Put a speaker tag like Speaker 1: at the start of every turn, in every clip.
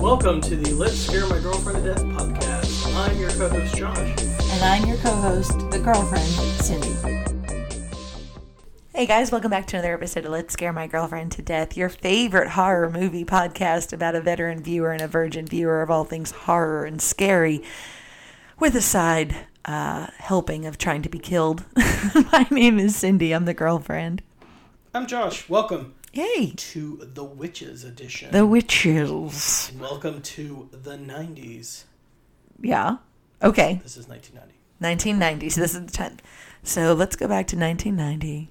Speaker 1: Welcome to the Let's Scare My Girlfriend to Death podcast. I'm your co host, Josh.
Speaker 2: And I'm your co host, the girlfriend, Cindy. Hey guys, welcome back to another episode of Let's Scare My Girlfriend to Death, your favorite horror movie podcast about a veteran viewer and a virgin viewer of all things horror and scary, with a side uh, helping of trying to be killed. My name is Cindy, I'm the girlfriend.
Speaker 1: I'm Josh. Welcome
Speaker 2: Yay!
Speaker 1: to the Witches Edition.
Speaker 2: The Witches.
Speaker 1: and welcome to the 90s.
Speaker 2: Yeah. Okay.
Speaker 1: This is 1990.
Speaker 2: 1990. So this is the 10th. So let's go back to 1990.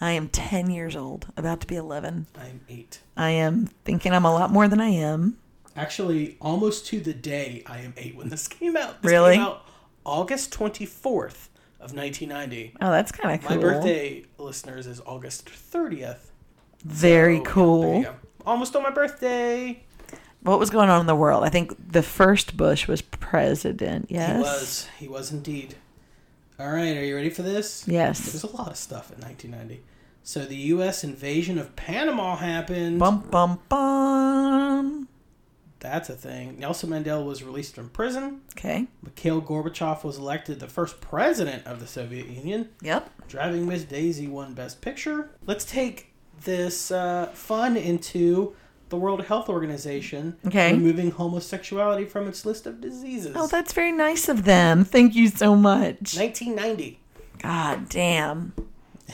Speaker 2: I am 10 years old, about to be 11.
Speaker 1: I'm eight.
Speaker 2: I am thinking I'm a lot more than I am.
Speaker 1: Actually, almost to the day I am eight when this came out. This
Speaker 2: Really?
Speaker 1: Came out August 24th of 1990.
Speaker 2: Oh, that's kind of
Speaker 1: My
Speaker 2: cool.
Speaker 1: birthday, listeners, is August 30th. Oh,
Speaker 2: Very
Speaker 1: yeah, there
Speaker 2: cool.
Speaker 1: you go. Almost on my birthday.
Speaker 2: what was going on in the world? I think the first Bush was president. Yes.
Speaker 1: He was. He was indeed. All right, are you ready for this? There's
Speaker 2: Yes.
Speaker 1: a lot of stuff in 1990. So the U.S. invasion of Panama happened.
Speaker 2: Bum bum bum.
Speaker 1: That's a thing. Nelson Mandela was released from prison.
Speaker 2: Okay.
Speaker 1: Mikhail Gorbachev was elected the first president of the Soviet Union.
Speaker 2: Yep.
Speaker 1: Driving Miss Daisy won Best Picture. Let's take this uh, fun into the World Health Organization
Speaker 2: Okay.
Speaker 1: removing homosexuality from its list of diseases.
Speaker 2: Oh, that's very nice of them. Thank you so much.
Speaker 1: 1990.
Speaker 2: God damn.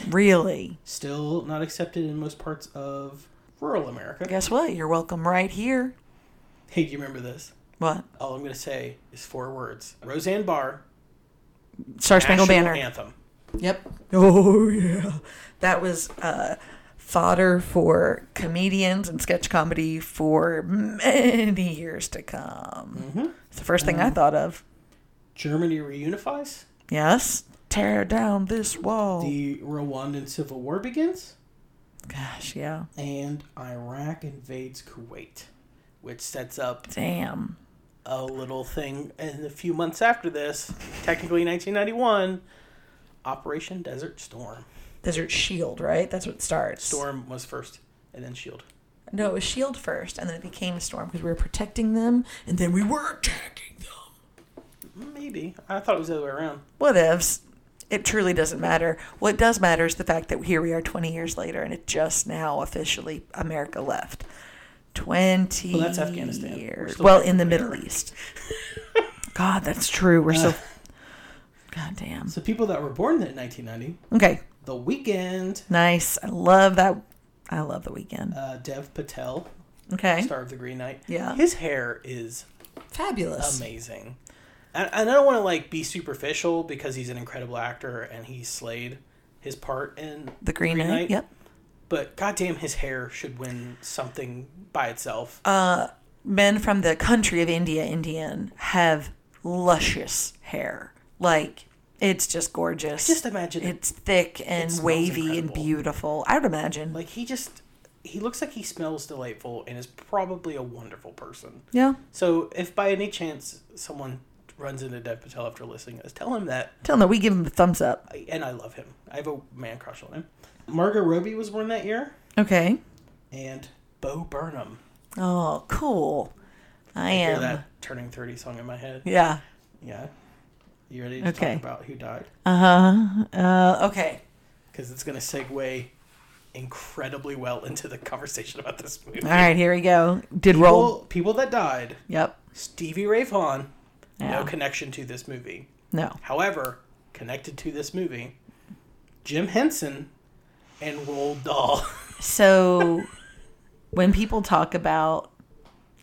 Speaker 2: Really?
Speaker 1: Still not accepted in most parts of rural America.
Speaker 2: Guess what? You're welcome right here.
Speaker 1: Hey, do you remember this?
Speaker 2: What?
Speaker 1: All I'm going to say is four words. Roseanne Barr,
Speaker 2: Star Spangled
Speaker 1: National
Speaker 2: Banner.
Speaker 1: Anthem.
Speaker 2: Yep. Oh yeah. That was uh, fodder for comedians and sketch comedy for many years to come.
Speaker 1: Mm-hmm.
Speaker 2: It's the first thing I thought of.
Speaker 1: Germany reunifies.
Speaker 2: Yes. Tear down this wall.
Speaker 1: The Rwandan Civil War begins.
Speaker 2: Gosh, yeah.
Speaker 1: And Iraq invades Kuwait, which sets up
Speaker 2: Damn.
Speaker 1: a little thing in the few months after this, technically 1991, Operation Desert Storm.
Speaker 2: Desert Shield, E right? That's what it starts.
Speaker 1: Storm was first, and then S.H.I.E.L.D.
Speaker 2: No, it was Shield E first, and then it became Storm because we were protecting them, and then we were attacking them.
Speaker 1: Maybe. I thought it was the other way around.
Speaker 2: whatevs. It truly doesn't matter. What does matter is the fact that here we are 20 years later, and it just now officially America left. 20
Speaker 1: Well, that's Afghanistan. We're
Speaker 2: years.
Speaker 1: still
Speaker 2: Well, in the Middle East. God, that's true. We're
Speaker 1: Uh.
Speaker 2: so. God damn.
Speaker 1: So people that were born in 1990,
Speaker 2: Okay.
Speaker 1: The Weeknd,
Speaker 2: Nice. I love that. I love the weekend.
Speaker 1: uh, Dev Patel,
Speaker 2: Okay.
Speaker 1: star of The Green Knight.
Speaker 2: Yeah.
Speaker 1: His hair is
Speaker 2: Fabulous.
Speaker 1: amazing. And, and I don't want to like be superficial because he's an incredible actor and he slayed his part in
Speaker 2: The Green
Speaker 1: Green
Speaker 2: Knight.
Speaker 1: Knight.
Speaker 2: Yep.
Speaker 1: But goddamn, his hair should win something by itself.
Speaker 2: men from the country of India, Indian, have luscious hair. Like it's just gorgeous.
Speaker 1: just imagine it.
Speaker 2: it's thick and
Speaker 1: smells
Speaker 2: wavy and
Speaker 1: incredible.
Speaker 2: beautiful. I would imagine.
Speaker 1: like he just he looks like he smells delightful and is probably a wonderful person.
Speaker 2: yeah.
Speaker 1: So if by any chance someone runs into Dev Patel after listening to this, tell him that
Speaker 2: Tell them that we give him a thumbs up.
Speaker 1: I- and I love him. I have a man crush on him. Margot Robbie was born that year,
Speaker 2: Okay.
Speaker 1: and Bo Burnham.
Speaker 2: Oh, cool. I
Speaker 1: I hear
Speaker 2: am.
Speaker 1: that turning thirty song in my head.
Speaker 2: Yeah.
Speaker 1: Yeah. You ready to
Speaker 2: Okay.
Speaker 1: talk about who died?
Speaker 2: Uh-huh. Uh okay.
Speaker 1: Because it's going to segue incredibly well into the conversation about this movie.
Speaker 2: All right, here we go. Did roll.
Speaker 1: People, people that died
Speaker 2: Yep.
Speaker 1: Stevie Ray Vaughan,
Speaker 2: Yeah.
Speaker 1: no connection to this movie.
Speaker 2: No.
Speaker 1: However, connected to this movie, Jim Henson and Roald Dahl.
Speaker 2: So when people talk about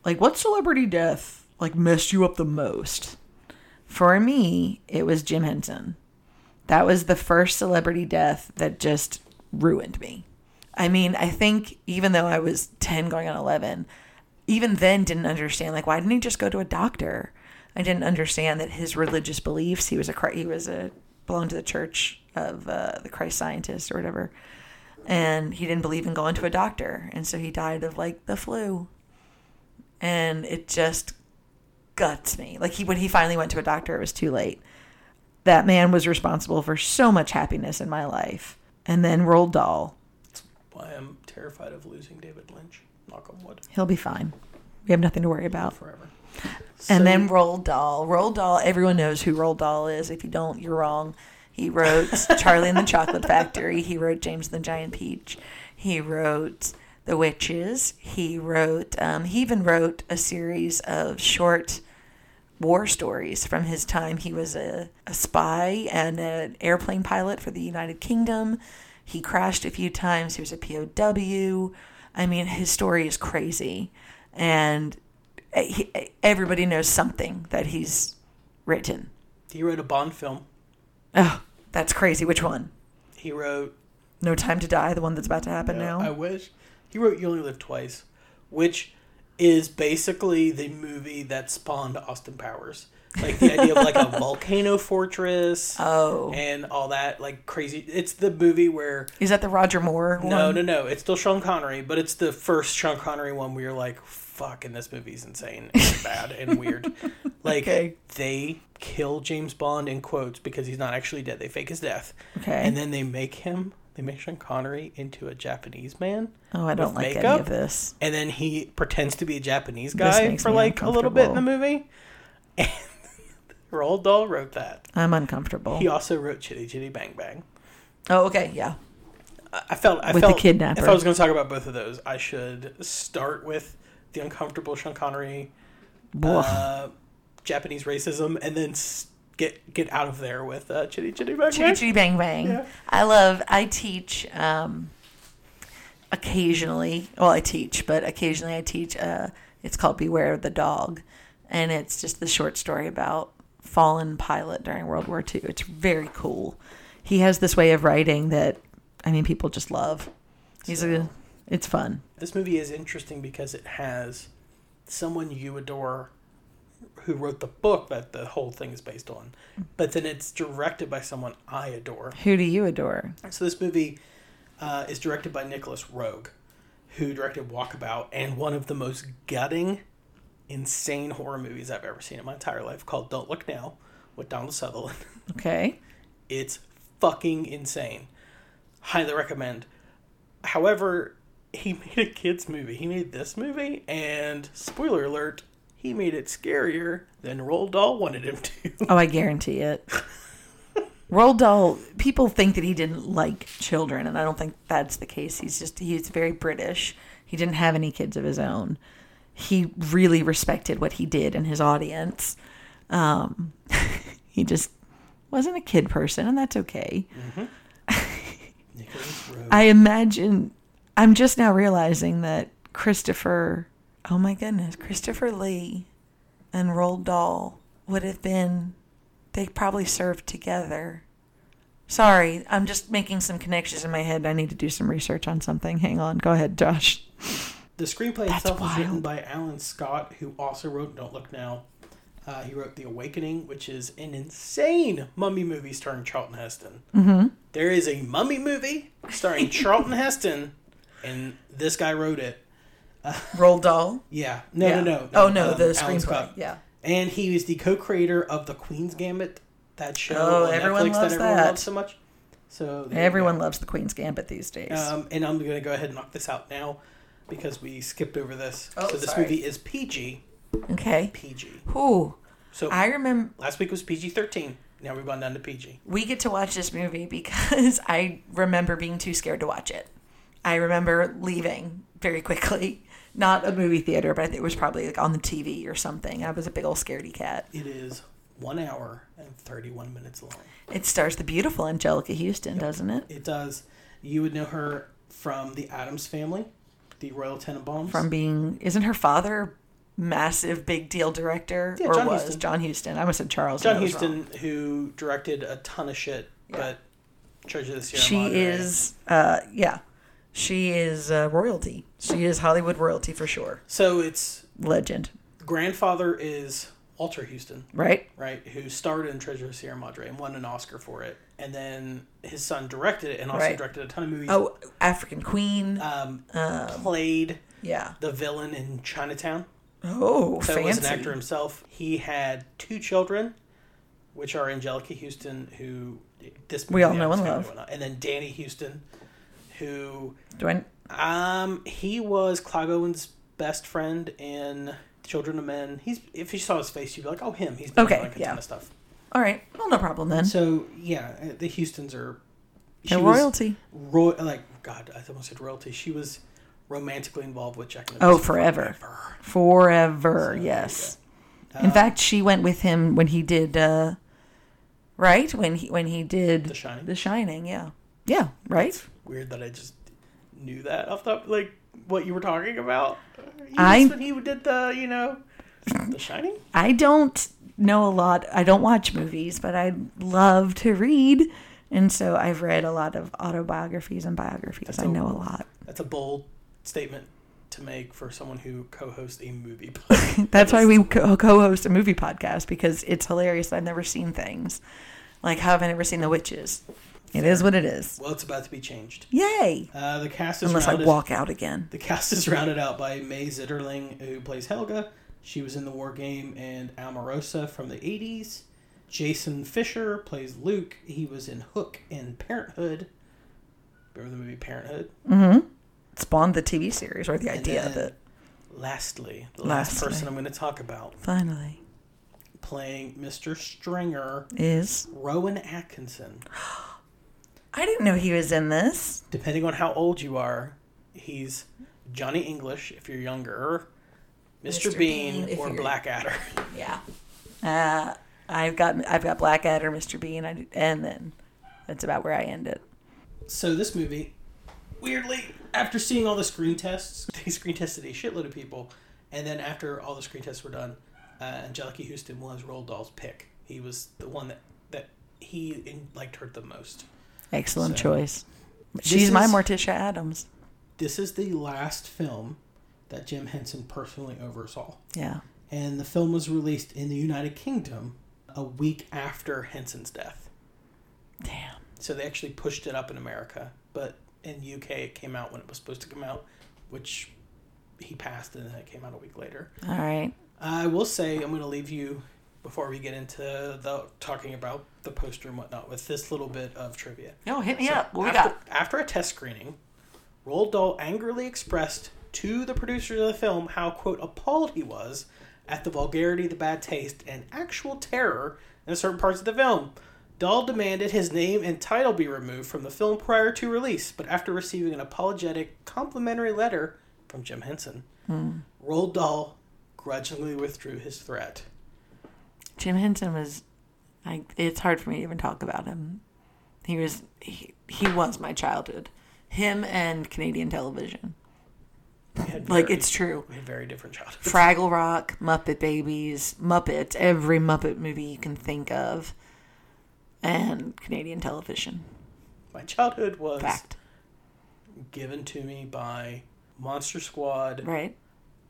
Speaker 2: like what celebrity death like messed you up the most, for me, it was Jim Henson. That was the first celebrity death that just ruined me. I mean, I think even though I was 10 going on 11, even then didn't understand like why didn't he just go to a doctor? I didn't understand that his religious beliefs, he was a Chri- he was a belonged to the church of uh, the Christ scientist or whatever. And he didn't believe in going to a doctor, and so he died of like the flu. And it just guts me. Like he when he finally went to a doctor, it was too late. That man was responsible for so much happiness in my life. And then Roald Dahl,
Speaker 1: Why I'm terrified of losing David Lynch. Knock on wood.
Speaker 2: he'll be fine. We have nothing to worry about.
Speaker 1: forever. So-
Speaker 2: And then Roald Dahl. Roald Dahl, everyone knows who Roald Dahl is. If you don't, you're wrong. He wrote Charlie and the Chocolate Factory. He wrote James and the Giant Peach. He wrote The Witches. He wrote, um, he even wrote a series of short war stories from his time. He was a, a spy and an airplane pilot for the United Kingdom. He crashed a few times. He was a POW. I mean, his story is crazy. And e, he, everybody knows something that he's written.
Speaker 1: he wrote a Bond film.
Speaker 2: Oh, that's crazy. Which one?
Speaker 1: He wrote.
Speaker 2: No Time to Die, the one that's about to happen now?
Speaker 1: I wish he wrote "You Only Live Twice," which is basically the movie that spawned Austin Powers. Like the idea of like a volcano fortress
Speaker 2: oh.
Speaker 1: and all that like crazy. It's the movie where
Speaker 2: Is that the Roger Moore one?
Speaker 1: no, no, no. It's still Sean Connery, but it's the first Sean Connery one where you're like, "Fucking, this movie's insane and bad and weird." Like
Speaker 2: Okay.
Speaker 1: they kill James Bond in quotes because he's not actually dead. They fake his death.
Speaker 2: Okay.
Speaker 1: And then they make him, they make Sean Connery into a Japanese man.
Speaker 2: oh, I don't
Speaker 1: with
Speaker 2: like any
Speaker 1: makeup?
Speaker 2: of this.
Speaker 1: And then he pretends to be a Japanese guy
Speaker 2: makes
Speaker 1: for
Speaker 2: me
Speaker 1: like a little bit in the
Speaker 2: uncomfortable.
Speaker 1: movie. And Roald Dahl wrote that.
Speaker 2: I'm uncomfortable.
Speaker 1: He also wrote Chitty Chitty Bang Bang.
Speaker 2: oh, okay. Yeah.
Speaker 1: I I felt I
Speaker 2: With the
Speaker 1: felt
Speaker 2: kidnapper.
Speaker 1: If I was going to talk about both of those, I should start with the uncomfortable Sean Connery
Speaker 2: Woof.
Speaker 1: uh, Japanese racism, and then s- get get out of there with uh, Chitty Chitty Bang
Speaker 2: Chitty
Speaker 1: Bang.
Speaker 2: Chitty Bang Bang.
Speaker 1: Yeah.
Speaker 2: I love, I teach um, occasionally, well, I teach, but occasionally I teach, uh, it's called Beware of the Dog. And it's just the short story about fallen pilot during World War II. It's very cool. He has this way of writing that, I mean, people just love. He's a, it's fun.
Speaker 1: This movie is interesting because it has someone you adore who wrote the book that the whole thing is based on, but then it's directed by someone I adore.
Speaker 2: Who do you adore?
Speaker 1: So this movie uh, is directed by Nicholas Rogue, who directed Walkabout and one of the most gutting, insane horror movies I've ever seen in my entire life called Don't Look Now with Donald Sutherland.
Speaker 2: Okay.
Speaker 1: It's fucking insane. Highly recommend. However, he made a kids movie. He made this movie, and spoiler alert, he made it scarier than Roald Dahl wanted him to.
Speaker 2: Oh, I guarantee it. Roald Dahl, people think that he didn't like children, and I don't think that's the case. He's just, he's very British. He didn't have any kids of his own. He really respected what he did and his audience. Um, he just wasn't a kid person, and that's okay.
Speaker 1: Nicholas Rogue.
Speaker 2: I imagine, I'm just now realizing that Christopher, oh my goodness, Christopher Lee and Roald Dahl would have been, they probably served together. Sorry, I'm just making some connections in my head. I need to do some research on something. Hang on. Go ahead, Josh.
Speaker 1: The screenplay
Speaker 2: That's
Speaker 1: itself was written
Speaker 2: wild.
Speaker 1: by Alan Scott, who also wrote Don't Look Now. Uh, he wrote The Awakening, which is an insane mummy movie starring Charlton Heston. Mm-hmm. is a mummy movie starring Charlton Heston, and this guy wrote it.
Speaker 2: Roald Dahl?
Speaker 1: Yeah. No,
Speaker 2: Yeah.
Speaker 1: no, no.
Speaker 2: Oh, no,
Speaker 1: Um,
Speaker 2: the
Speaker 1: Alan
Speaker 2: screenplay.
Speaker 1: Scott.
Speaker 2: Yeah.
Speaker 1: And he is the co-creator of The Queen's Gambit, that show
Speaker 2: Oh,
Speaker 1: on
Speaker 2: everyone
Speaker 1: Netflix
Speaker 2: loves
Speaker 1: that everyone
Speaker 2: that.
Speaker 1: loves so much. So there you go.
Speaker 2: Everyone loves the Queen's Gambit these days.
Speaker 1: Um, and I'm going to go ahead and knock this out now because we skipped over this.
Speaker 2: Oh,
Speaker 1: so this
Speaker 2: sorry.
Speaker 1: movie is PG.
Speaker 2: okay.
Speaker 1: PG.
Speaker 2: Whew.
Speaker 1: So
Speaker 2: I remember
Speaker 1: last week was PG 13. Now we've gone down to PG.
Speaker 2: we get to watch this movie because I remember being too scared to watch it. I remember leaving very quickly. Not a movie theater, but I think it was probably like on the TV or something. I was a big old scaredy cat.
Speaker 1: It is one hour and 31 minutes long.
Speaker 2: It stars the beautiful Angelica Houston, doesn't it?
Speaker 1: It does. You would know her from the Adams family, the Royal Tenenbaums.
Speaker 2: From being isn't her father massive big deal director
Speaker 1: Yeah,
Speaker 2: or
Speaker 1: John
Speaker 2: was
Speaker 1: Huston.
Speaker 2: John Houston? I almost said Charles. and
Speaker 1: John
Speaker 2: I was wrong.
Speaker 1: Huston, who directed a ton of shit, but Treasure of the Sierra
Speaker 2: She
Speaker 1: Madre.
Speaker 2: is, uh, yeah, she is uh, royalty. She is Hollywood royalty for sure.
Speaker 1: So it's
Speaker 2: Legend,
Speaker 1: grandfather is Walter Houston,
Speaker 2: right?
Speaker 1: right? Who starred in Treasure of Sierra Madre and won an Oscar for it. And then his son directed it and also
Speaker 2: Right.
Speaker 1: directed a ton of movies.
Speaker 2: Oh, African Queen.
Speaker 1: Um, played
Speaker 2: Uh, Yeah.
Speaker 1: the villain in Chinatown.
Speaker 2: Oh,
Speaker 1: So
Speaker 2: fancy.
Speaker 1: was an actor himself. He had two children, which are Angelica Houston, who this
Speaker 2: We all
Speaker 1: yeah,
Speaker 2: know
Speaker 1: this
Speaker 2: and
Speaker 1: family
Speaker 2: love.
Speaker 1: went on, and then Danny Houston, who
Speaker 2: Do I-
Speaker 1: um he was Clive Owen's best friend in Children of Men. He's if you saw his face, you'd be like, oh, him. He's been
Speaker 2: Okay,
Speaker 1: in, like a
Speaker 2: yeah.
Speaker 1: ton of stuff.
Speaker 2: All right. Well, no problem then.
Speaker 1: So yeah, uh, the Houston's are. she
Speaker 2: They're
Speaker 1: was
Speaker 2: royalty.
Speaker 1: Roy, like God, I almost said royalty. She was romantically involved with Jack.
Speaker 2: Oh,
Speaker 1: Nicholson
Speaker 2: forever.
Speaker 1: forever.
Speaker 2: Forever.
Speaker 1: So,
Speaker 2: yes.
Speaker 1: yeah.
Speaker 2: In
Speaker 1: Uh,
Speaker 2: fact, she went with him when he did. uh Right when he when he did
Speaker 1: Uh, The Shining.
Speaker 2: The Shining. Yeah. Yeah. Right.
Speaker 1: weird that I just knew that off the like what you were talking about. You
Speaker 2: I-
Speaker 1: just- when he did the you know the Shining.
Speaker 2: I don't know a lot. I don't watch movies, but I love to read. And so I've read a lot of autobiographies and biographies.
Speaker 1: That's
Speaker 2: I
Speaker 1: a-
Speaker 2: know a lot.
Speaker 1: That's a bold statement to make for someone who co-hosts a movie. podcast.
Speaker 2: That's why we co host a movie podcast because it's hilarious. I've never seen things. Like, how have I never seen The Witches? It is what it is.
Speaker 1: well, it's about to be changed.
Speaker 2: Yay!
Speaker 1: Uh, the cast is
Speaker 2: Unless I
Speaker 1: rounded,
Speaker 2: walk out again.
Speaker 1: the cast is rounded out by Mae Zitterling, who plays Helga. She was in the War Game and Almarosa from the '80s. Jason Fisher plays Luke. He was in Hook and Parenthood. Remember the movie Parenthood?
Speaker 2: Mm-hmm. Spawned the TV series or the
Speaker 1: And
Speaker 2: idea of
Speaker 1: then
Speaker 2: it.
Speaker 1: Lastly, the last
Speaker 2: Lastly.
Speaker 1: person I'm going to talk about
Speaker 2: Finally,
Speaker 1: playing Mr. Stringer,
Speaker 2: is.
Speaker 1: Rowan Atkinson.
Speaker 2: I didn't know he was in this.
Speaker 1: Depending on how old you are, he's Johnny English if you're younger, Mr.
Speaker 2: Mr.
Speaker 1: Bean,
Speaker 2: Bean if
Speaker 1: or
Speaker 2: you're-
Speaker 1: Blackadder.
Speaker 2: Yeah. Uh, I've got I've got Blackadder, Mr. Bean, I, and then that's about where I end it.
Speaker 1: So this movie, weirdly, after seeing all the screen tests, they screen tested a shitload of people, and then after all the screen tests were done, uh, Angelica Houston was Roald Dahl's pick. He was the one that that he in, liked her the most.
Speaker 2: Excellent
Speaker 1: So-
Speaker 2: choice. She's my
Speaker 1: is-
Speaker 2: Morticia Adams.
Speaker 1: this is the last film that Jim Henson personally oversaw.
Speaker 2: Yeah.
Speaker 1: And the film was released in the United Kingdom a week after Henson's death.
Speaker 2: Damn.
Speaker 1: So they actually pushed it up in America, but in UK it came out when it was supposed to come out, which he passed and then it came out a week later.
Speaker 2: All right.
Speaker 1: I will say I'm going to leave you before we get into the talking about the poster and whatnot with this little bit of trivia.
Speaker 2: No, hit me
Speaker 1: So
Speaker 2: up. What we
Speaker 1: after,
Speaker 2: got?
Speaker 1: After a test screening, Roald Dahl angrily expressed to the producers of the film how, quote, appalled he was at the vulgarity, the bad taste, and actual terror in certain parts of the film. Dahl demanded his name and title be removed from the film prior to release, but after receiving an apologetic, complimentary letter from Jim Henson,
Speaker 2: Hmm.
Speaker 1: Roald Dahl grudgingly withdrew his threat.
Speaker 2: Jim Henson was. I, it's hard for me to even talk about him. He was. He, he was my childhood. Him and Canadian television.
Speaker 1: We had
Speaker 2: Like
Speaker 1: very-
Speaker 2: it's true.
Speaker 1: we had very different childhoods.
Speaker 2: Fraggle Rock, Muppet Babies, Muppets, every Muppet movie you can think of, and Canadian television.
Speaker 1: My childhood was
Speaker 2: Fact,
Speaker 1: given to me by Monster Squad,
Speaker 2: right?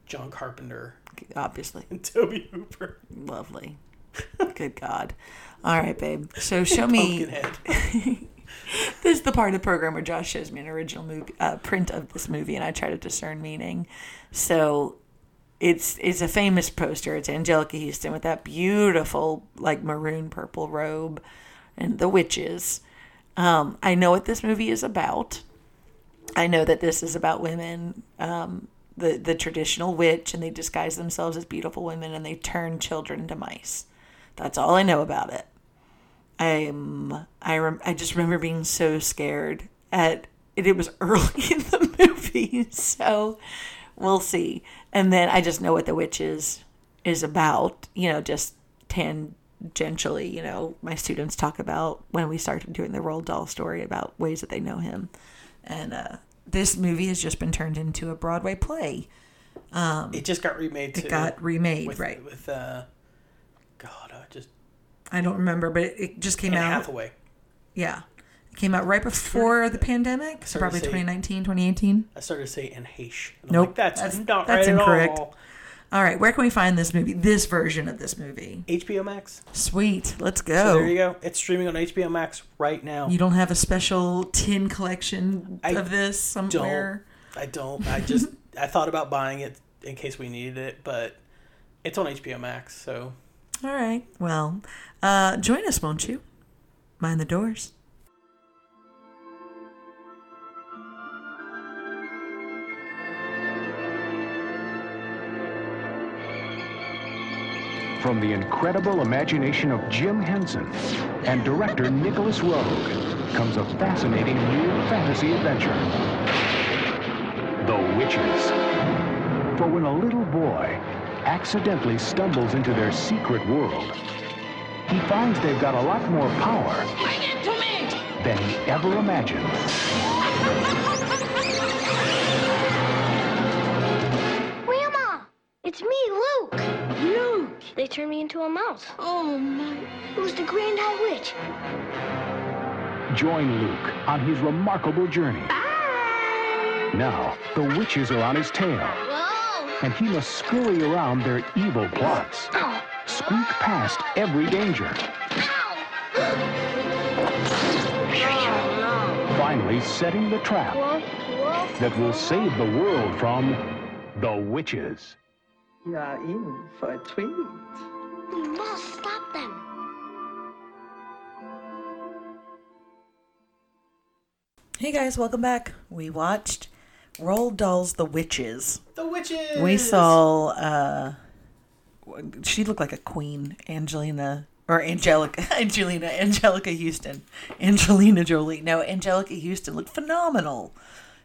Speaker 1: John Carpenter,
Speaker 2: Obviously,
Speaker 1: and Toby Hooper.
Speaker 2: lovely. Good God! All right, babe. So show me.
Speaker 1: Pumpkinhead.
Speaker 2: This is the part of the program where Josh shows me an original movie, uh, print of this movie, and I try to discern meaning. So. It's it's a famous poster. It's Angelica Houston with that beautiful like maroon purple robe, and the witches. Um, I know what this movie is about. I know that this is about women, um, the the traditional witch, and they disguise themselves as beautiful women and they turn children into mice. That's all I know about it. I'm I rem- I just remember being so scared at it. It was early in the movie, so we'll see. And then I just know what the witch is is about. You know, just tangentially. You know, my students talk about when we started doing the Roald Dahl story about ways that they know him, and uh, this movie has just been turned into a Broadway play. Um,
Speaker 1: It just got remade too.
Speaker 2: It got remade,
Speaker 1: with,
Speaker 2: right?
Speaker 1: With uh, God, I just
Speaker 2: I don't remember, but it, it just came
Speaker 1: Anne
Speaker 2: out.
Speaker 1: Hathaway.
Speaker 2: Yeah. It came out right before the pandemic, so
Speaker 1: Sorry to
Speaker 2: probably
Speaker 1: say-
Speaker 2: 2019, 2018.
Speaker 1: I started to say Anne Heche. And I'm
Speaker 2: Nope,
Speaker 1: like, that's,
Speaker 2: that's-
Speaker 1: not
Speaker 2: that's
Speaker 1: right
Speaker 2: incorrect.
Speaker 1: at all.
Speaker 2: All right, where can we find this movie? This version of this movie.
Speaker 1: HBO Max.
Speaker 2: Sweet, let's
Speaker 1: So
Speaker 2: go.
Speaker 1: there you
Speaker 2: you,
Speaker 1: go. It's streaming on HBO Max right now.
Speaker 2: don't have a special tin collection
Speaker 1: I
Speaker 2: of this somewhere?
Speaker 1: I don't. I just I thought about buying it in case we needed it, but it's on HBO Max, so
Speaker 2: All right. Well, uh, join us, won't you? Mind the doors.
Speaker 3: from the incredible imagination of Jim Henson and director Nicholas Rogue comes a fascinating new fantasy adventure The Witches. For when a little boy accidentally stumbles into their secret world, he finds they've got a lot more power
Speaker 4: Bring it to me!
Speaker 3: than he ever imagined.
Speaker 5: Grandma, it's me, Luke. Luke. They turned me into a mouse.
Speaker 4: Oh my.
Speaker 5: It was the Grand High Witch.
Speaker 3: Join Luke on his remarkable journey. Now, the witches are on his tail,
Speaker 5: Whoa.
Speaker 3: and he must scurry around their evil plots,
Speaker 5: Ow.
Speaker 3: squeak past every danger,
Speaker 5: Oh,
Speaker 3: finally setting the
Speaker 5: no.
Speaker 3: trap
Speaker 5: Whoa, whoa.
Speaker 3: that will save the world from the witches.
Speaker 6: You are in for a treat.
Speaker 5: We must stop them.
Speaker 2: Hey guys, welcome back. We watched Roll Dolls the Witches.
Speaker 1: The witches.
Speaker 2: We saw uh she looked like a queen, Angelina or Angelica Angelina Angelica Houston. Angelina Jolie. No, Angelica Houston looked phenomenal.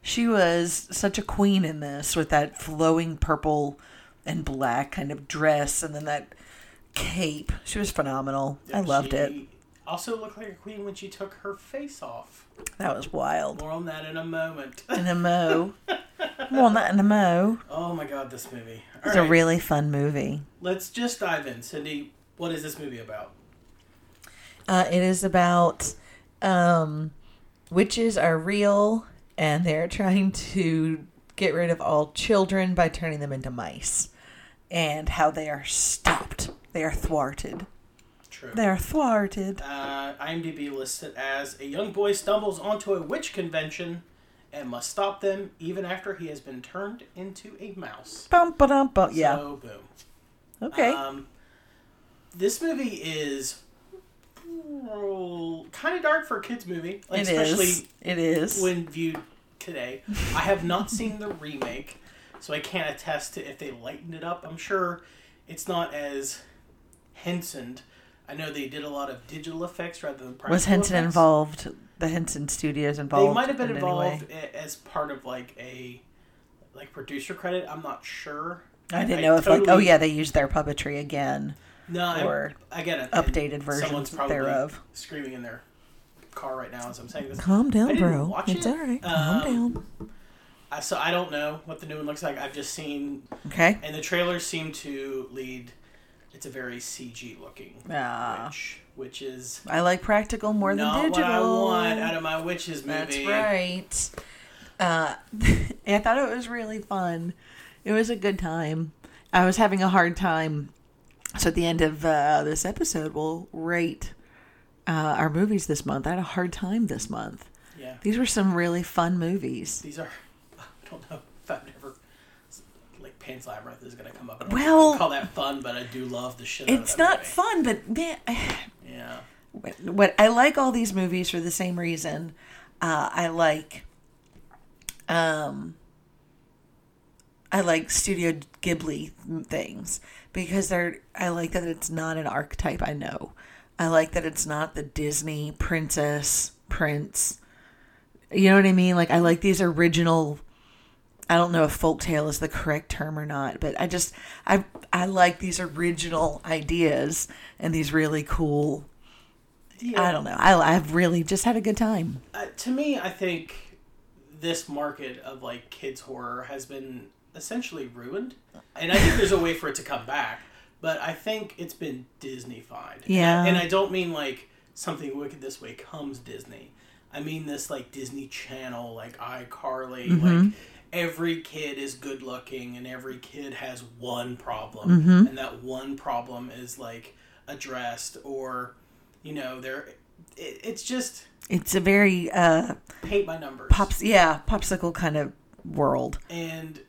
Speaker 2: She was such a queen in this with that flowing purple and black kind of dress and then that cape. She was phenomenal. I loved
Speaker 1: She
Speaker 2: it.
Speaker 1: Also looked like a queen when she took her face off.
Speaker 2: That was wild.
Speaker 1: More on that in a moment.
Speaker 2: And a mo. Well, not in a mo.
Speaker 1: Oh my god, this movie. All
Speaker 2: It's
Speaker 1: right,
Speaker 2: a really fun movie.
Speaker 1: let's just dive in. Cindy, what is this movie about?
Speaker 2: Uh, it is about um, witches are real and they're trying to get rid of all children by turning them into mice and how they are stopped. They are thwarted.
Speaker 1: True.
Speaker 2: They are thwarted.
Speaker 1: Uh, IMDb lists it as a young boy stumbles onto a witch convention and must stop them even after he has been turned into a mouse.
Speaker 2: Bum, ba-dum, ba- Yeah.
Speaker 1: So, boom.
Speaker 2: Okay.
Speaker 1: Um, this movie is oh, kind of dark for a kids movie, like
Speaker 2: It
Speaker 1: especially
Speaker 2: is. It is.
Speaker 1: when viewed today. I have not seen the remake, so I can't attest to if they lightened it up. I'm sure it's not as Hensoned. I know they did a lot of digital effects rather than practical
Speaker 2: Was Henson
Speaker 1: effects.
Speaker 2: involved? The Henson Studios involved?
Speaker 1: They might have been
Speaker 2: in any way?
Speaker 1: involved a- as part of like a like producer credit. I'm not sure.
Speaker 2: I didn't know if like oh
Speaker 1: totally-
Speaker 2: yeah they used their puppetry again.
Speaker 1: No, I-
Speaker 2: or
Speaker 1: I get it.
Speaker 2: updated
Speaker 1: And
Speaker 2: versions
Speaker 1: someone's probably
Speaker 2: therereof.
Speaker 1: Screaming in their car right now as I'm saying this.
Speaker 2: Calm
Speaker 1: I
Speaker 2: down,
Speaker 1: didn't
Speaker 2: bro.
Speaker 1: watch
Speaker 2: It's
Speaker 1: it.
Speaker 2: all right. Calm
Speaker 1: Um,
Speaker 2: down.
Speaker 1: I, so I don't know what the new one looks like. I've just seen,
Speaker 2: Okay.
Speaker 1: and the trailers seem to lead. It's a very CG looking
Speaker 2: Ah.
Speaker 1: witch, which is
Speaker 2: I like practical more
Speaker 1: not
Speaker 2: than
Speaker 1: what
Speaker 2: digital.
Speaker 1: I want out of my witches
Speaker 2: That's
Speaker 1: movie.
Speaker 2: right. Uh, I thought it was really fun. It was a good time. I was having a hard time. So at the end of uh, this episode, we'll rate uh, our movies this month. I had a hard time this month.
Speaker 1: Yeah,
Speaker 2: These were some really fun movies.
Speaker 1: these are. I don't know if I've never. Like Pan's Labyrinth is gonna come up. And
Speaker 2: Well-
Speaker 1: call that fun, but I do love the shit. out of
Speaker 2: It's
Speaker 1: that
Speaker 2: not
Speaker 1: movie.
Speaker 2: fun, but man,
Speaker 1: Yeah,
Speaker 2: what- what I like all these movies for the same reason. Uh, I like, um, I like Studio Ghibli things because they're. I like that it's not an archetype. I know. I like that it's not the Disney princess prince. You know what I mean? Like I like these original. I don't know if folktale is the correct term or not, but I just I I like these original ideas and these really cool
Speaker 1: yeah.
Speaker 2: I don't know. I, I've really just had a good time.
Speaker 1: uh, to me, I think this market of like kids horror has been essentially ruined, and I think there's a way for it to come back. But I think it's been Disneyfied.
Speaker 2: Yeah.
Speaker 1: and I don't mean like something wicked this way comes Disney. I mean this like Disney Channel, like iCarly, like every kid is good looking and every kid has one problem, and that one problem is like addressed or you know they're it, it's just
Speaker 2: It's a very uh,
Speaker 1: paint by numbers.
Speaker 2: pops, yeah, popsicle kind of world.
Speaker 1: And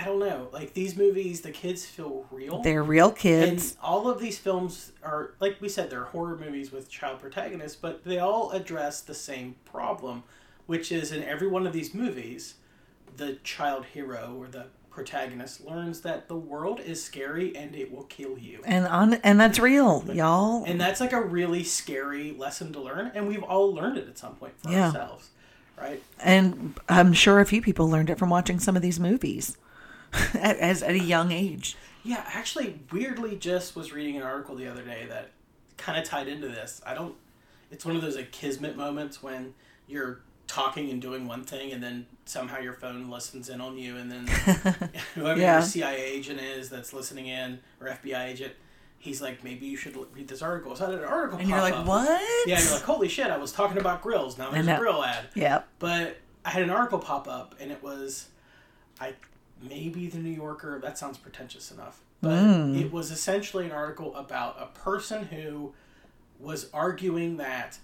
Speaker 1: I don't know, like these movies, the kids feel real.
Speaker 2: They're real
Speaker 1: and
Speaker 2: kids.
Speaker 1: all of these films are, like we said, they're horror movies with child protagonists, but they all address the same problem, which is in every one of these movies, the child hero or the protagonist learns that the world is scary and it will kill you.
Speaker 2: And on and that's real, y'all.
Speaker 1: And that's like a really scary lesson to learn, and we've all learned it at some point for
Speaker 2: Yeah.
Speaker 1: ourselves, right?
Speaker 2: And I'm sure a few people learned it from watching some of these movies at, as, at a young age.
Speaker 1: Yeah, actually, weirdly, just was reading an article the other day that kind of tied into this. I don't. It's one of those like kismet moments when you're talking and doing one thing, and then somehow your phone listens in on you, and then whoever
Speaker 2: Yeah.
Speaker 1: your CIA agent is that's listening in or FBI agent, he's like, maybe you should l- read this article. So I did an article,
Speaker 2: And you're
Speaker 1: pop
Speaker 2: like,
Speaker 1: up.
Speaker 2: what?
Speaker 1: Yeah, you're like, holy shit! I was talking about grills. Now there's
Speaker 2: know.
Speaker 1: a grill ad.
Speaker 2: Yep.
Speaker 1: But I had an article pop up, and it was, I maybe the New Yorker. That sounds pretentious enough, but it was essentially an article about a person who was arguing that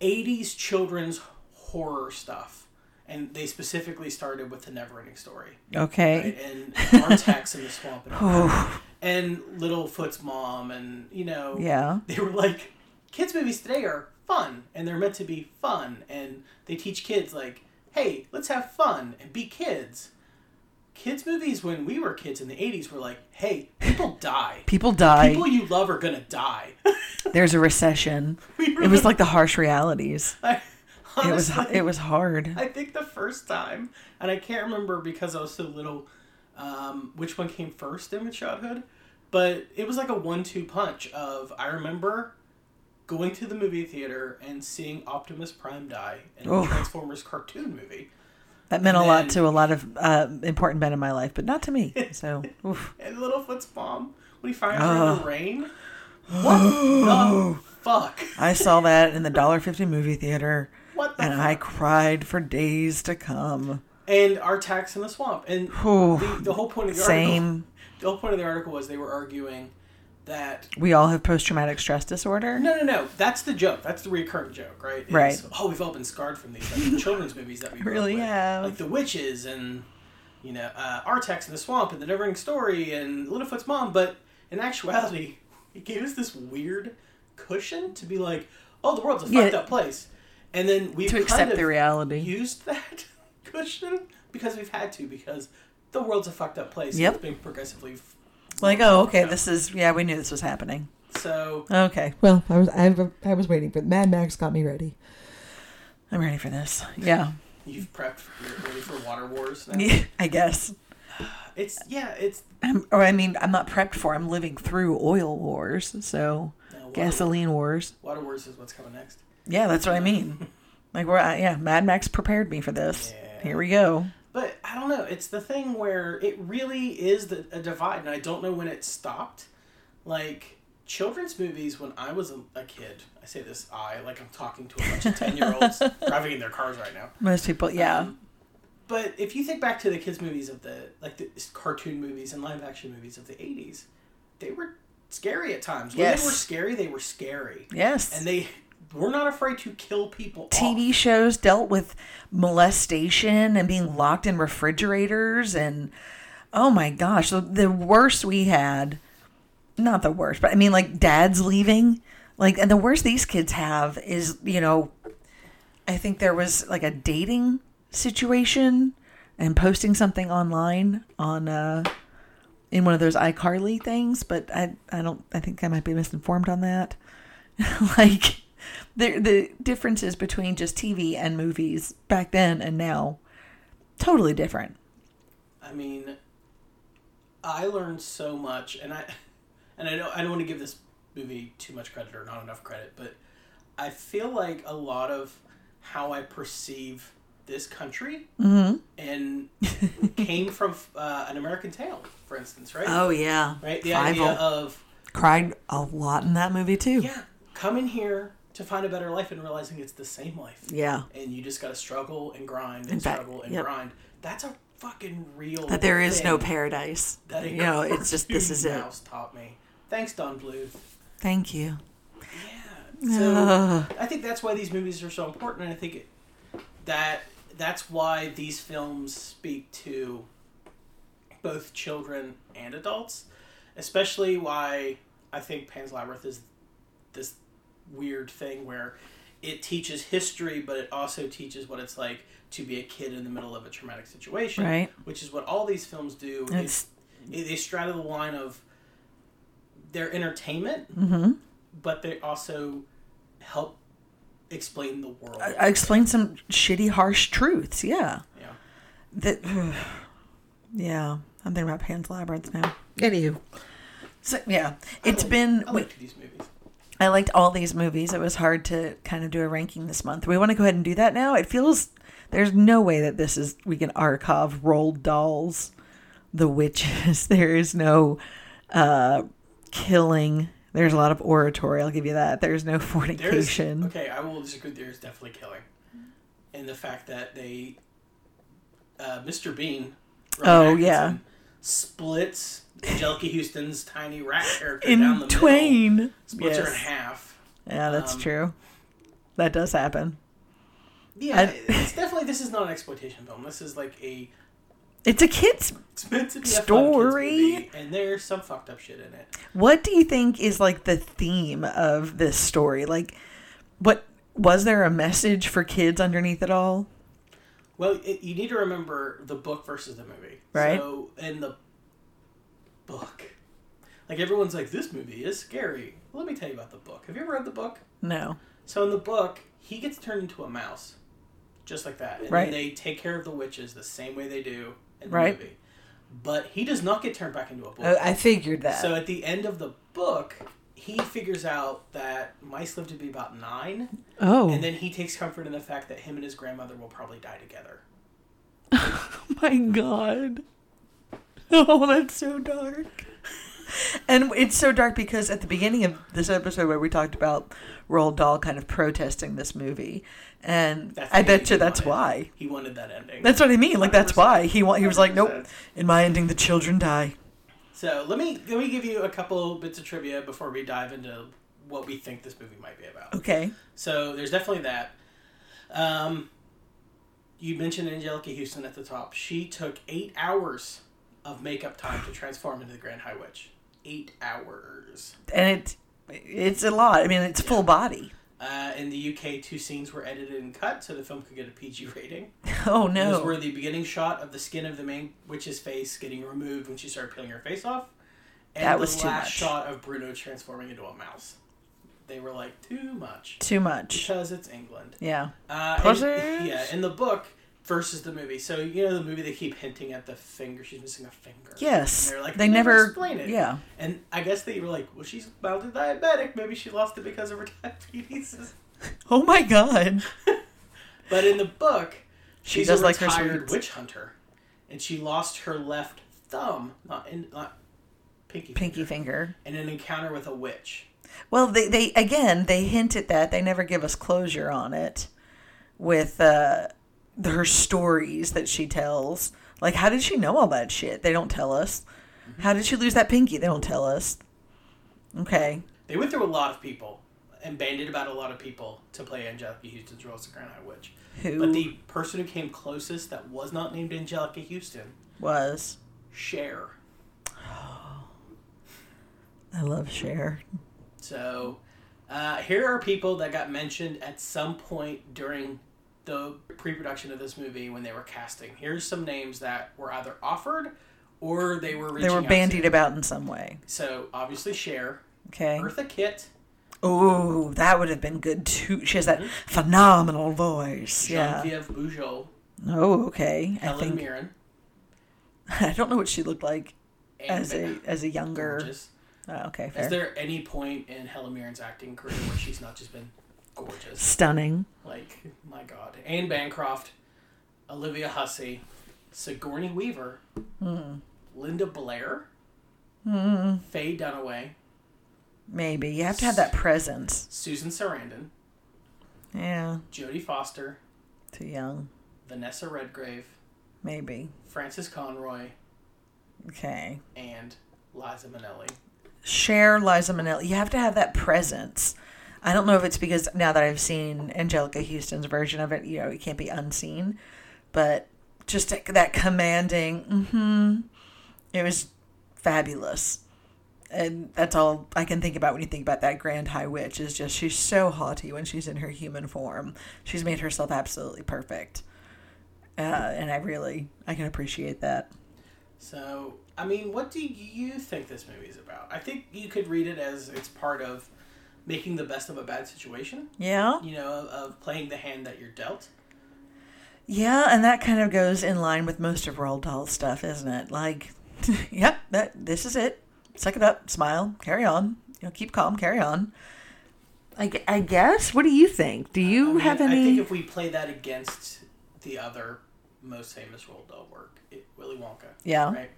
Speaker 1: '80s children's horror stuff, and they specifically started with the Neverending Story
Speaker 2: Okay.
Speaker 1: and Artax in the swamp, and, all that. and Littlefoot's mom, and you know,
Speaker 2: Yeah.
Speaker 1: they were like, kids movies today are fun, and they're meant to be fun, and they teach kids like, hey, let's have fun and be kids. Kids movies when we were kids in the '80s were like, hey, people die.
Speaker 2: People die.
Speaker 1: People you love are gonna die.
Speaker 2: There's a recession. It was like the harsh realities.
Speaker 1: I, honestly,
Speaker 2: It was it was hard.
Speaker 1: I think the first time, and I can't remember because I was so little, um, which one came first in my childhood, but it was like a one-two punch of I remember going to the movie theater and seeing Optimus Prime die in the
Speaker 2: Oh.
Speaker 1: Transformers cartoon movie,
Speaker 2: That meant a lot
Speaker 1: then-
Speaker 2: to a lot of uh, important men in my life, but not to me. So, oof.
Speaker 1: and Littlefoot's mom when he finds her in the rain. What the fuck?
Speaker 2: I saw that in the dollar fifty movie theater,
Speaker 1: What the
Speaker 2: and I cried for days to come.
Speaker 1: and our tax in the swamp. And
Speaker 2: Ooh,
Speaker 1: the, the whole point of the article,
Speaker 2: same.
Speaker 1: the whole point of the article was they were arguing that
Speaker 2: We all have post traumatic stress disorder.
Speaker 1: No, no, no. That's the joke. That's the recurrent joke, right? Is,
Speaker 2: Right.
Speaker 1: Oh, we've all been scarred from these like, children's movies that we grew up
Speaker 2: Really
Speaker 1: with.
Speaker 2: have.
Speaker 1: like the witches and you know uh, Artax in the swamp and the Neverending Story and Littlefoot's mom. But in actuality, it gave us this weird cushion to be like, oh, the world's a
Speaker 2: Yeah.
Speaker 1: fucked up place, and then we
Speaker 2: To
Speaker 1: kind
Speaker 2: accept
Speaker 1: of
Speaker 2: the reality.
Speaker 1: Used that cushion because we've had to because the world's a fucked up place. and
Speaker 2: Yep.
Speaker 1: It's been progressively. f-
Speaker 2: Like, oh, okay, this is yeah. We knew this was happening.
Speaker 1: So
Speaker 2: Okay,
Speaker 7: Well, I was I, I was waiting for Mad Max got me ready.
Speaker 2: I'm ready for this. Yeah,
Speaker 1: you've prepped. You're ready for water wars now.
Speaker 2: I guess.
Speaker 1: It's yeah. It's
Speaker 2: I'm, or I mean, I'm not prepped for. I'm living through oil wars, so
Speaker 1: No, water-
Speaker 2: gasoline wars.
Speaker 1: Water Wars is what's coming next.
Speaker 2: Yeah, that's what I mean. Like we're I- yeah, Mad Max prepared me for this.
Speaker 1: Yeah.
Speaker 2: Here we go.
Speaker 1: But I don't know. It's the thing where it really is the, a divide, and I don't know when it stopped. Like children's movies, when I was a, a kid, I say this I like I'm talking to a bunch of ten year olds driving in their cars right now.
Speaker 2: Most people, yeah,
Speaker 1: But if you think back to the kids' movies of the like the cartoon movies and live action movies of the '80s, they were scary at times. When
Speaker 2: Yes.
Speaker 1: they were scary, they were scary,
Speaker 2: yes.
Speaker 1: and they were not afraid to kill people.
Speaker 2: TV
Speaker 1: off.
Speaker 2: shows dealt with molestation and being locked in refrigerators and oh my gosh, the, the worst we had, not the worst, but I mean like dad's leaving, like and the worst these kids have is you know, I think there was like a dating situation and posting something online on uh in one of those iCarly things, but I I don't I think I might be misinformed on that. like the the differences between just TV and movies back then and now totally different.
Speaker 1: I mean, I learned so much, and I, and I don't, I don't want to give this movie too much credit or not enough credit, but I feel like a lot of how I perceive this country
Speaker 2: Mm-hmm.
Speaker 1: and came from uh, an American Tale, for instance, right?
Speaker 2: Oh, yeah.
Speaker 1: right. The idea of
Speaker 2: cried a lot in that movie too.
Speaker 1: yeah, coming here to find a better life and realizing it's the same life,
Speaker 2: Yeah.
Speaker 1: and you just got to struggle and grind and
Speaker 2: In fact,
Speaker 1: struggle and
Speaker 2: yep.
Speaker 1: grind. That's a fucking real
Speaker 2: That there is no
Speaker 1: thing.
Speaker 2: paradise.
Speaker 1: That
Speaker 2: you know, it's just this is it.
Speaker 1: Mouse taught me. Thanks, Don Bluth.
Speaker 2: Thank you.
Speaker 1: So I think that's why these movies are so important, and I think it, that that's why these films speak to both children and adults. Especially why I think Pan's Labyrinth is this weird thing where it teaches history, but it also teaches what it's like to be a kid in the middle of a traumatic situation,
Speaker 2: Right.
Speaker 1: Which is what all these films do.
Speaker 2: It's-
Speaker 1: It's, they straddle the line of their entertainment,
Speaker 2: Mm-hmm.
Speaker 1: but they also help explain the world.
Speaker 2: I explained some shitty, harsh truths. Yeah.
Speaker 1: yeah.
Speaker 2: That. yeah. I'm thinking about Pan's Labyrinth now.
Speaker 7: Anywho,
Speaker 2: So yeah, it's been.
Speaker 1: I
Speaker 2: we-
Speaker 1: like these movies.
Speaker 2: I liked all these movies. It was hard to kind of do a ranking this month. We want to go ahead and do that now. It feels there's no way that this is we can archive rolled dolls, the witches. There is no uh killing. There's a lot of oratory. I'll give you that. There's no
Speaker 1: There's
Speaker 2: fornication.
Speaker 1: okay. I will disagree. There's definitely killing, and the fact that they, uh, Mr. Bean, Rowan
Speaker 2: Oh, yeah.
Speaker 1: Atkinson, splits Angelica Houston's tiny rat character down the
Speaker 2: In
Speaker 1: middle,
Speaker 2: twain.
Speaker 1: splits her in
Speaker 2: Yes.
Speaker 1: half.
Speaker 2: Yeah, that's
Speaker 1: Um,
Speaker 2: true. That does happen.
Speaker 1: Yeah,
Speaker 2: I-
Speaker 1: it's definitely this is not an exploitation film. This is like a
Speaker 2: It's a kid's
Speaker 1: it's meant to be a fun kids
Speaker 2: Story.
Speaker 1: movie, and there's some fucked up shit in it.
Speaker 2: What do you think is like the theme of this story? Like, what was there a message for kids underneath it all?
Speaker 1: Well, it, you need to remember the book versus the movie.
Speaker 2: Right.
Speaker 1: So, in the book, like everyone's like, this movie is scary. Let me tell you about the book. Have you ever read the book?
Speaker 2: No.
Speaker 1: So, in the book, he gets turned into a mouse, just like that. And
Speaker 2: Right.
Speaker 1: they take care of the witches the same way they do in the
Speaker 2: Right. Uh,
Speaker 1: movie. But he does not get turned back into a book.
Speaker 2: I figured that.
Speaker 1: So, at the end of the book, he figures out that mice live to be about nine.
Speaker 2: oh.
Speaker 1: And then he takes comfort in the fact that him and his grandmother will probably die together.
Speaker 2: my god. Oh, that's so dark. And it's so dark because at the beginning of this episode where we talked about Roald Dahl kind of protesting this movie, and
Speaker 1: That's
Speaker 2: I
Speaker 1: the ending
Speaker 2: bet you
Speaker 1: he
Speaker 2: that's
Speaker 1: wanted.
Speaker 2: why.
Speaker 1: He wanted that ending.
Speaker 2: That's what I mean. Like that's
Speaker 1: 100%.
Speaker 2: why he wa- he was like, nope.
Speaker 1: 100%.
Speaker 2: In my ending, the children die.
Speaker 1: so let me let me give you a couple bits of trivia before we dive into what we think this movie might be about.
Speaker 2: Okay.
Speaker 1: So there's definitely that. Um, you mentioned Angelica Houston at the top. She took eight hours of makeup time to transform into the Grand High Witch. Eight hours.
Speaker 2: and it it's a lot. I mean, it's full body.
Speaker 1: Uh, in the UK, two scenes were edited and cut so the film could get a PG rating.
Speaker 2: Oh
Speaker 1: Those were
Speaker 2: no!
Speaker 1: the beginning shot of the skin of the main witch's face getting removed when she started peeling her face off. And
Speaker 2: That was
Speaker 1: the
Speaker 2: too
Speaker 1: last
Speaker 2: much.
Speaker 1: shot of Bruno transforming into a mouse. They were like, too much.
Speaker 2: Too much.
Speaker 1: Because it's England.
Speaker 2: Yeah.
Speaker 1: Uh, and-
Speaker 2: Pussies.
Speaker 1: yeah, in the book versus the movie. So, you know, the movie they keep hinting at the finger. She's missing a finger.
Speaker 2: Yes.
Speaker 1: And they're like,
Speaker 2: They
Speaker 1: they never
Speaker 2: never-
Speaker 1: explain it.
Speaker 2: yeah.
Speaker 1: And I guess they were like, well, she's mildly diabetic. Maybe she lost it because of her diabetes.
Speaker 2: Oh my god!
Speaker 1: But in the book,
Speaker 2: She
Speaker 1: she's
Speaker 2: does
Speaker 1: a
Speaker 2: like her
Speaker 1: retired
Speaker 2: sweets.
Speaker 1: witch hunter, and she lost her left thumb, not in not pinky,
Speaker 2: Pinky
Speaker 1: finger,
Speaker 2: finger.
Speaker 1: in an encounter with a witch.
Speaker 2: Well, they they again they hint at that. They never give us closure on it with uh, the, her stories that she tells. Like, how did she know all that shit? They don't tell us.
Speaker 1: Mm-hmm.
Speaker 2: How did she lose that pinky? They don't tell us. Okay.
Speaker 1: They went through a lot of people and banded about a lot of people to play Angelica Houston's role as the Grand High Witch.
Speaker 2: Who
Speaker 1: But the person who came closest that was not named Angelica Houston,
Speaker 2: was?
Speaker 1: Cher.
Speaker 2: I love Cher.
Speaker 1: So uh, here are people that got mentioned at some point during the pre-production of this movie when they were casting. Here's some names that were either offered or they were
Speaker 2: They
Speaker 1: reaching
Speaker 2: were
Speaker 1: out to.
Speaker 2: bandied about in some way.
Speaker 1: So obviously Cher,
Speaker 2: Okay.
Speaker 1: Eartha Kitt,
Speaker 2: Oh, that would have been good too. She has that
Speaker 1: Mm-hmm.
Speaker 2: phenomenal voice. Yeah.
Speaker 1: Genevieve Bujold,
Speaker 2: Oh, okay. I
Speaker 1: Helen
Speaker 2: think
Speaker 1: Mirren,
Speaker 2: I don't know what she looked like
Speaker 1: and
Speaker 2: as a
Speaker 1: Vanessa
Speaker 2: as a younger.
Speaker 1: Gorgeous.
Speaker 2: Oh, okay,
Speaker 1: Is
Speaker 2: fair.
Speaker 1: there any point in Helen Mirren's acting career where she's not just been gorgeous?
Speaker 2: Stunning.
Speaker 1: Like my God, Anne Bancroft, Olivia Hussey, Sigourney Weaver, Linda Blair, Faye Dunaway,
Speaker 2: Maybe you have to have that presence.
Speaker 1: Susan Sarandon,
Speaker 2: Yeah.
Speaker 1: Jodie Foster,
Speaker 2: Too young.
Speaker 1: Vanessa Redgrave,
Speaker 2: Maybe.
Speaker 1: Frances Conroy,
Speaker 2: Okay.
Speaker 1: and Liza Minnelli.
Speaker 2: Share Liza Minnelli. You have to have that presence. I don't know if it's because now that I've seen Angelica Houston's version of it, you know, it can't be unseen, but just that- that commanding, mm-hmm, it was fabulous. and that's all I can think about when you think about that Grand High Witch is just she's so haughty when she's in her human form. She's made herself absolutely perfect, uh, and I really I can appreciate that.
Speaker 1: So, I mean, what do you think this movie is about? I think you could read it as it's part of making the best of a bad situation,
Speaker 2: Yeah,
Speaker 1: you know, of, of playing the hand that you're dealt.
Speaker 2: yeah, and that kind of goes in line with most of Roald Dahl's stuff, isn't it? Like, yep, that this is it. Suck it up, smile, carry on. You know, keep calm, carry on. I, gue- I guess. What do you think? Do you
Speaker 1: I mean,
Speaker 2: have
Speaker 1: I
Speaker 2: any?
Speaker 1: think if we play that against the other most famous Roald Dahl work, it, Willy Wonka.
Speaker 2: Yeah.
Speaker 1: Right?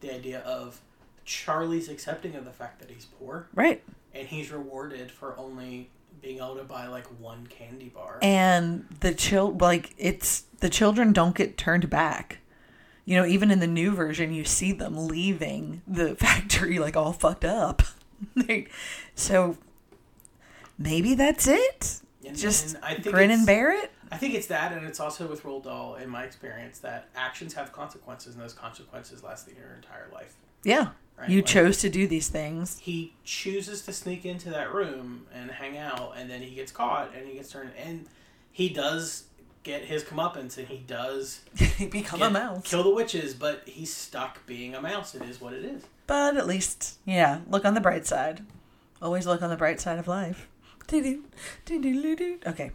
Speaker 1: The idea of Charlie's accepting of the fact that he's poor
Speaker 2: right.
Speaker 1: and he's rewarded for only being able to buy like one candy bar.
Speaker 2: and the child like it's the children don't get turned back you know even in the new version you see them leaving the factory like all fucked up Like, so maybe that's it
Speaker 1: And
Speaker 2: just
Speaker 1: then I think
Speaker 2: grin
Speaker 1: it's-
Speaker 2: and bear it
Speaker 1: I think it's that, and it's also with Roald Dahl, in my experience, that actions have consequences, and those consequences last your entire life.
Speaker 2: yeah
Speaker 1: Right,
Speaker 2: you
Speaker 1: like-
Speaker 2: chose to do these things
Speaker 1: He chooses to sneak into that room and hang out, and then he gets caught, and he gets turned, and he does get his comeuppance, and he does
Speaker 2: become
Speaker 1: get-
Speaker 2: a mouse
Speaker 1: kill the witches, but he's stuck being a mouse. It is what it is.
Speaker 2: but at least yeah look on the bright side always look on the bright side of life Doo-doo, doo-doo-doo-doo. okay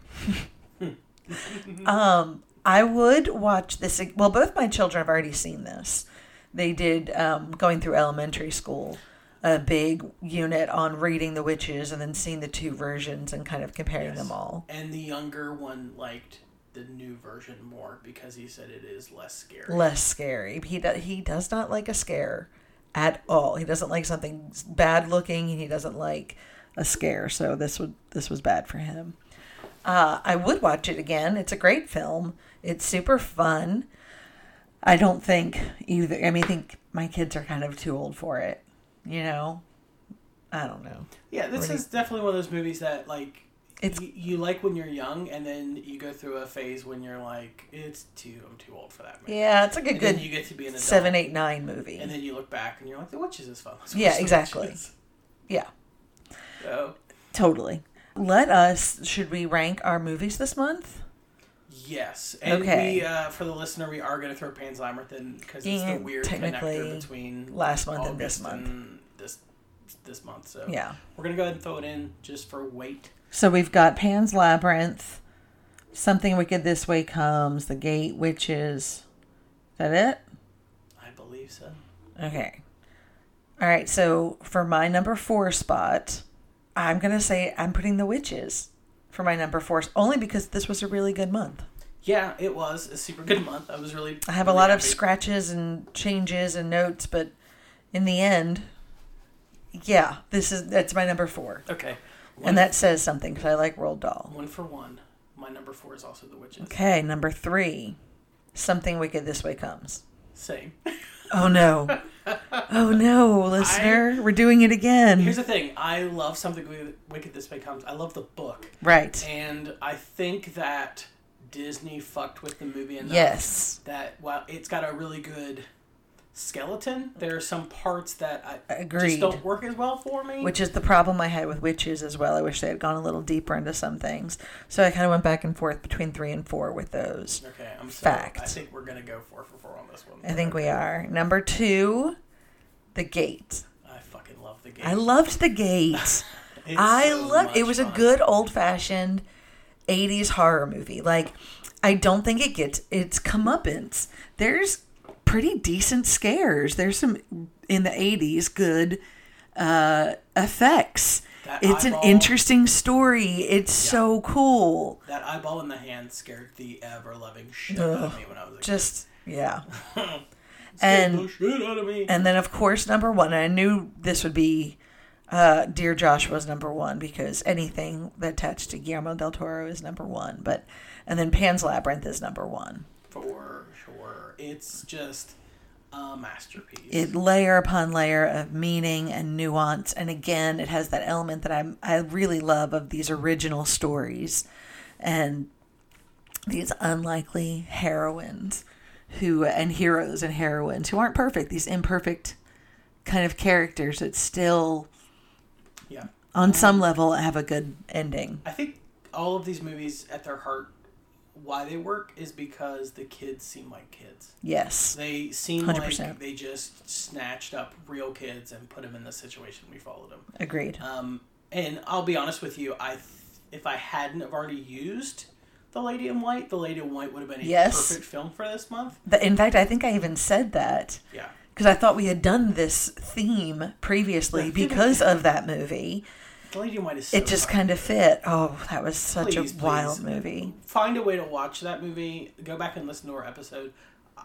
Speaker 2: um i would watch this ag- well both my children have already seen this they did um, going through elementary school a big unit on reading the witches and then seeing the two versions and kind of comparing them all
Speaker 1: And the younger one liked the new version more because he said it is less scary.
Speaker 2: less scary. He do, he does not like a scare at all. He doesn't like something bad looking, and he doesn't like a scare. So this would this was bad for him. Uh, I would watch it again. It's a great film. It's super fun. I don't think either. I mean, I think my kids are kind of too old for it. You know, I don't know.
Speaker 1: Yeah, this
Speaker 2: Already-
Speaker 1: is definitely one of those movies that like
Speaker 2: It's-
Speaker 1: you, you like when you're young, and then you go through a phase when you're like, it's too I'm too old for that. Movie.
Speaker 2: Yeah, it's like a
Speaker 1: and then
Speaker 2: good
Speaker 1: you get to be an adult,
Speaker 2: seven, eight, nine movie.
Speaker 1: and then you look back and you're like, the witches is fun. Let's
Speaker 2: Yeah,
Speaker 1: watch The
Speaker 2: exactly.
Speaker 1: Witches.
Speaker 2: yeah.
Speaker 1: So
Speaker 2: Totally. Let us, should we rank our movies this month?
Speaker 1: yes, and
Speaker 2: Okay.
Speaker 1: we uh, for the listener, we are going to throw Pan's Labyrinth in because it's
Speaker 2: Yeah,
Speaker 1: the weird
Speaker 2: technically,
Speaker 1: connector between
Speaker 2: last month and this
Speaker 1: August
Speaker 2: month.
Speaker 1: and this this month. So
Speaker 2: Yeah.
Speaker 1: we're gonna go ahead and throw it in just for weight.
Speaker 2: So we've got Pan's Labyrinth, Something Wicked This Way Comes, The Gate, Witches. Is that
Speaker 1: I believe so.
Speaker 2: it? Okay. All right. So for my number four spot, I'm going to say I'm putting The Witches for my number four, only because this was a really good month.
Speaker 1: Yeah, it was a super good month. I was really.
Speaker 2: I have a
Speaker 1: really
Speaker 2: lot of
Speaker 1: happy.
Speaker 2: scratches and changes and notes, but in the end, yeah, this is that's my number four.
Speaker 1: Okay.
Speaker 2: And that says something because I like Roald Dahl.
Speaker 1: One for one. My number four is also the witches.
Speaker 2: Okay, number three. Something wicked this way comes.
Speaker 1: Same.
Speaker 2: Oh no. Oh no, listener. We're doing it again.
Speaker 1: Here's the thing. I love something Wi- wicked this way comes. I love the book,
Speaker 2: Right.
Speaker 1: and I think that Disney fucked with the movie enough
Speaker 2: Yes.
Speaker 1: that while it's got a really good skeleton, there are some parts that I
Speaker 2: Agreed.
Speaker 1: just don't work as well for me.
Speaker 2: Which is the problem I had with witches as well. I wish they had gone a little deeper into some things. So I kind of went back and forth between three and four with those.
Speaker 1: okay, I'm so,
Speaker 2: Fact.
Speaker 1: I think we're gonna go four for four on this one.
Speaker 2: I think we are. Number two, the gate.
Speaker 1: I fucking love the game.
Speaker 2: I loved the gate.
Speaker 1: It's
Speaker 2: I
Speaker 1: so
Speaker 2: love it
Speaker 1: much
Speaker 2: was a
Speaker 1: fun.
Speaker 2: good old fashioned 80s horror movie. Like I don't think it gets its comeuppance. There's pretty decent scares. There's some in the 80s good uh effects.
Speaker 1: That
Speaker 2: it's
Speaker 1: eyeball.
Speaker 2: an interesting story. It's so cool.
Speaker 1: That eyeball in the hand scared the ever loving shit out of me when I was a
Speaker 2: Just yeah.
Speaker 1: kid.
Speaker 2: and
Speaker 1: the shit out of me.
Speaker 2: And then, of course, number one, I knew this would be uh, Dear Joshua's number one because anything that attached to Guillermo del Toro is number one. But and then Pan's Labyrinth is number one.
Speaker 1: For sure. It's just a masterpiece.
Speaker 2: It layer upon layer of meaning and nuance, and again, it has that element that I I really love of these original stories, and these unlikely heroines who and heroes and heroines who aren't perfect. These imperfect kind of characters that still,
Speaker 1: Yeah.
Speaker 2: on some level, have a good ending.
Speaker 1: I think all of these movies, at their heart, why they work is because the kids seem like kids.
Speaker 2: Yes.
Speaker 1: They seem
Speaker 2: 100%.
Speaker 1: like they just snatched up real kids and put them in the situation we followed them.
Speaker 2: Agreed.
Speaker 1: Um, and I'll be honest with you, I th- if I hadn't have already used the Lady in White, the Lady in White would have been a
Speaker 2: Yes.
Speaker 1: perfect film for this month.
Speaker 2: But in fact, I think I even said that
Speaker 1: Yeah,
Speaker 2: because I thought we had done this theme previously because of that movie.
Speaker 1: the Lady in White is. So
Speaker 2: It just
Speaker 1: fun.
Speaker 2: kind of fit. Oh, that was such
Speaker 1: Please, please.
Speaker 2: a wild movie.
Speaker 1: find a way to watch that movie. Go back and listen to our episode.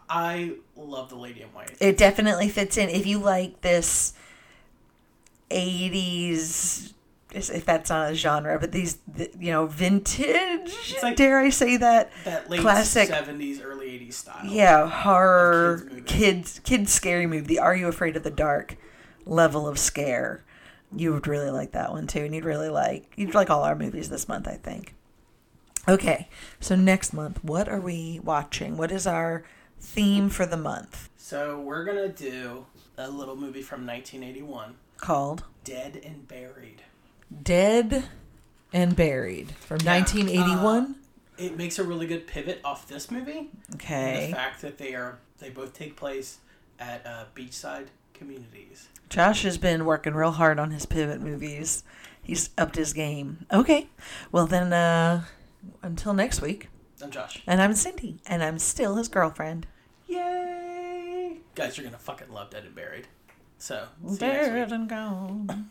Speaker 1: I love the Lady in White.
Speaker 2: It definitely fits in. If you like this 80s, if that's not a genre, but these, th- you know, vintage,
Speaker 1: like-
Speaker 2: dare I say that?
Speaker 1: That late
Speaker 2: classic-
Speaker 1: seventies, early eighties style.
Speaker 2: Yeah, horror,
Speaker 1: Kids movie.
Speaker 2: kids, kids scary movie. The Are You Afraid of the Dark level of scare. You would really like that one too, and you'd really like you'd like all our movies this month, I think. Okay, so next month, what are we watching? What is our theme for the month
Speaker 1: So we're gonna do a little movie from nineteen eighty one,
Speaker 2: called?
Speaker 1: Dead and Buried.
Speaker 2: Dead and Buried from
Speaker 7: 1981.
Speaker 1: It makes a really good pivot off this movie.
Speaker 2: Okay,
Speaker 1: The fact that they are they both take place at uh, beachside communities.
Speaker 2: Josh has been working real hard on his pivot movies. He's upped his game. Okay, well then, uh, until next week.
Speaker 1: I'm Josh.
Speaker 2: And I'm Cindy, and I'm still his girlfriend.
Speaker 1: Yay! Guys, you're gonna fucking love Dead and Buried. So see you next week.
Speaker 2: Dead and gone.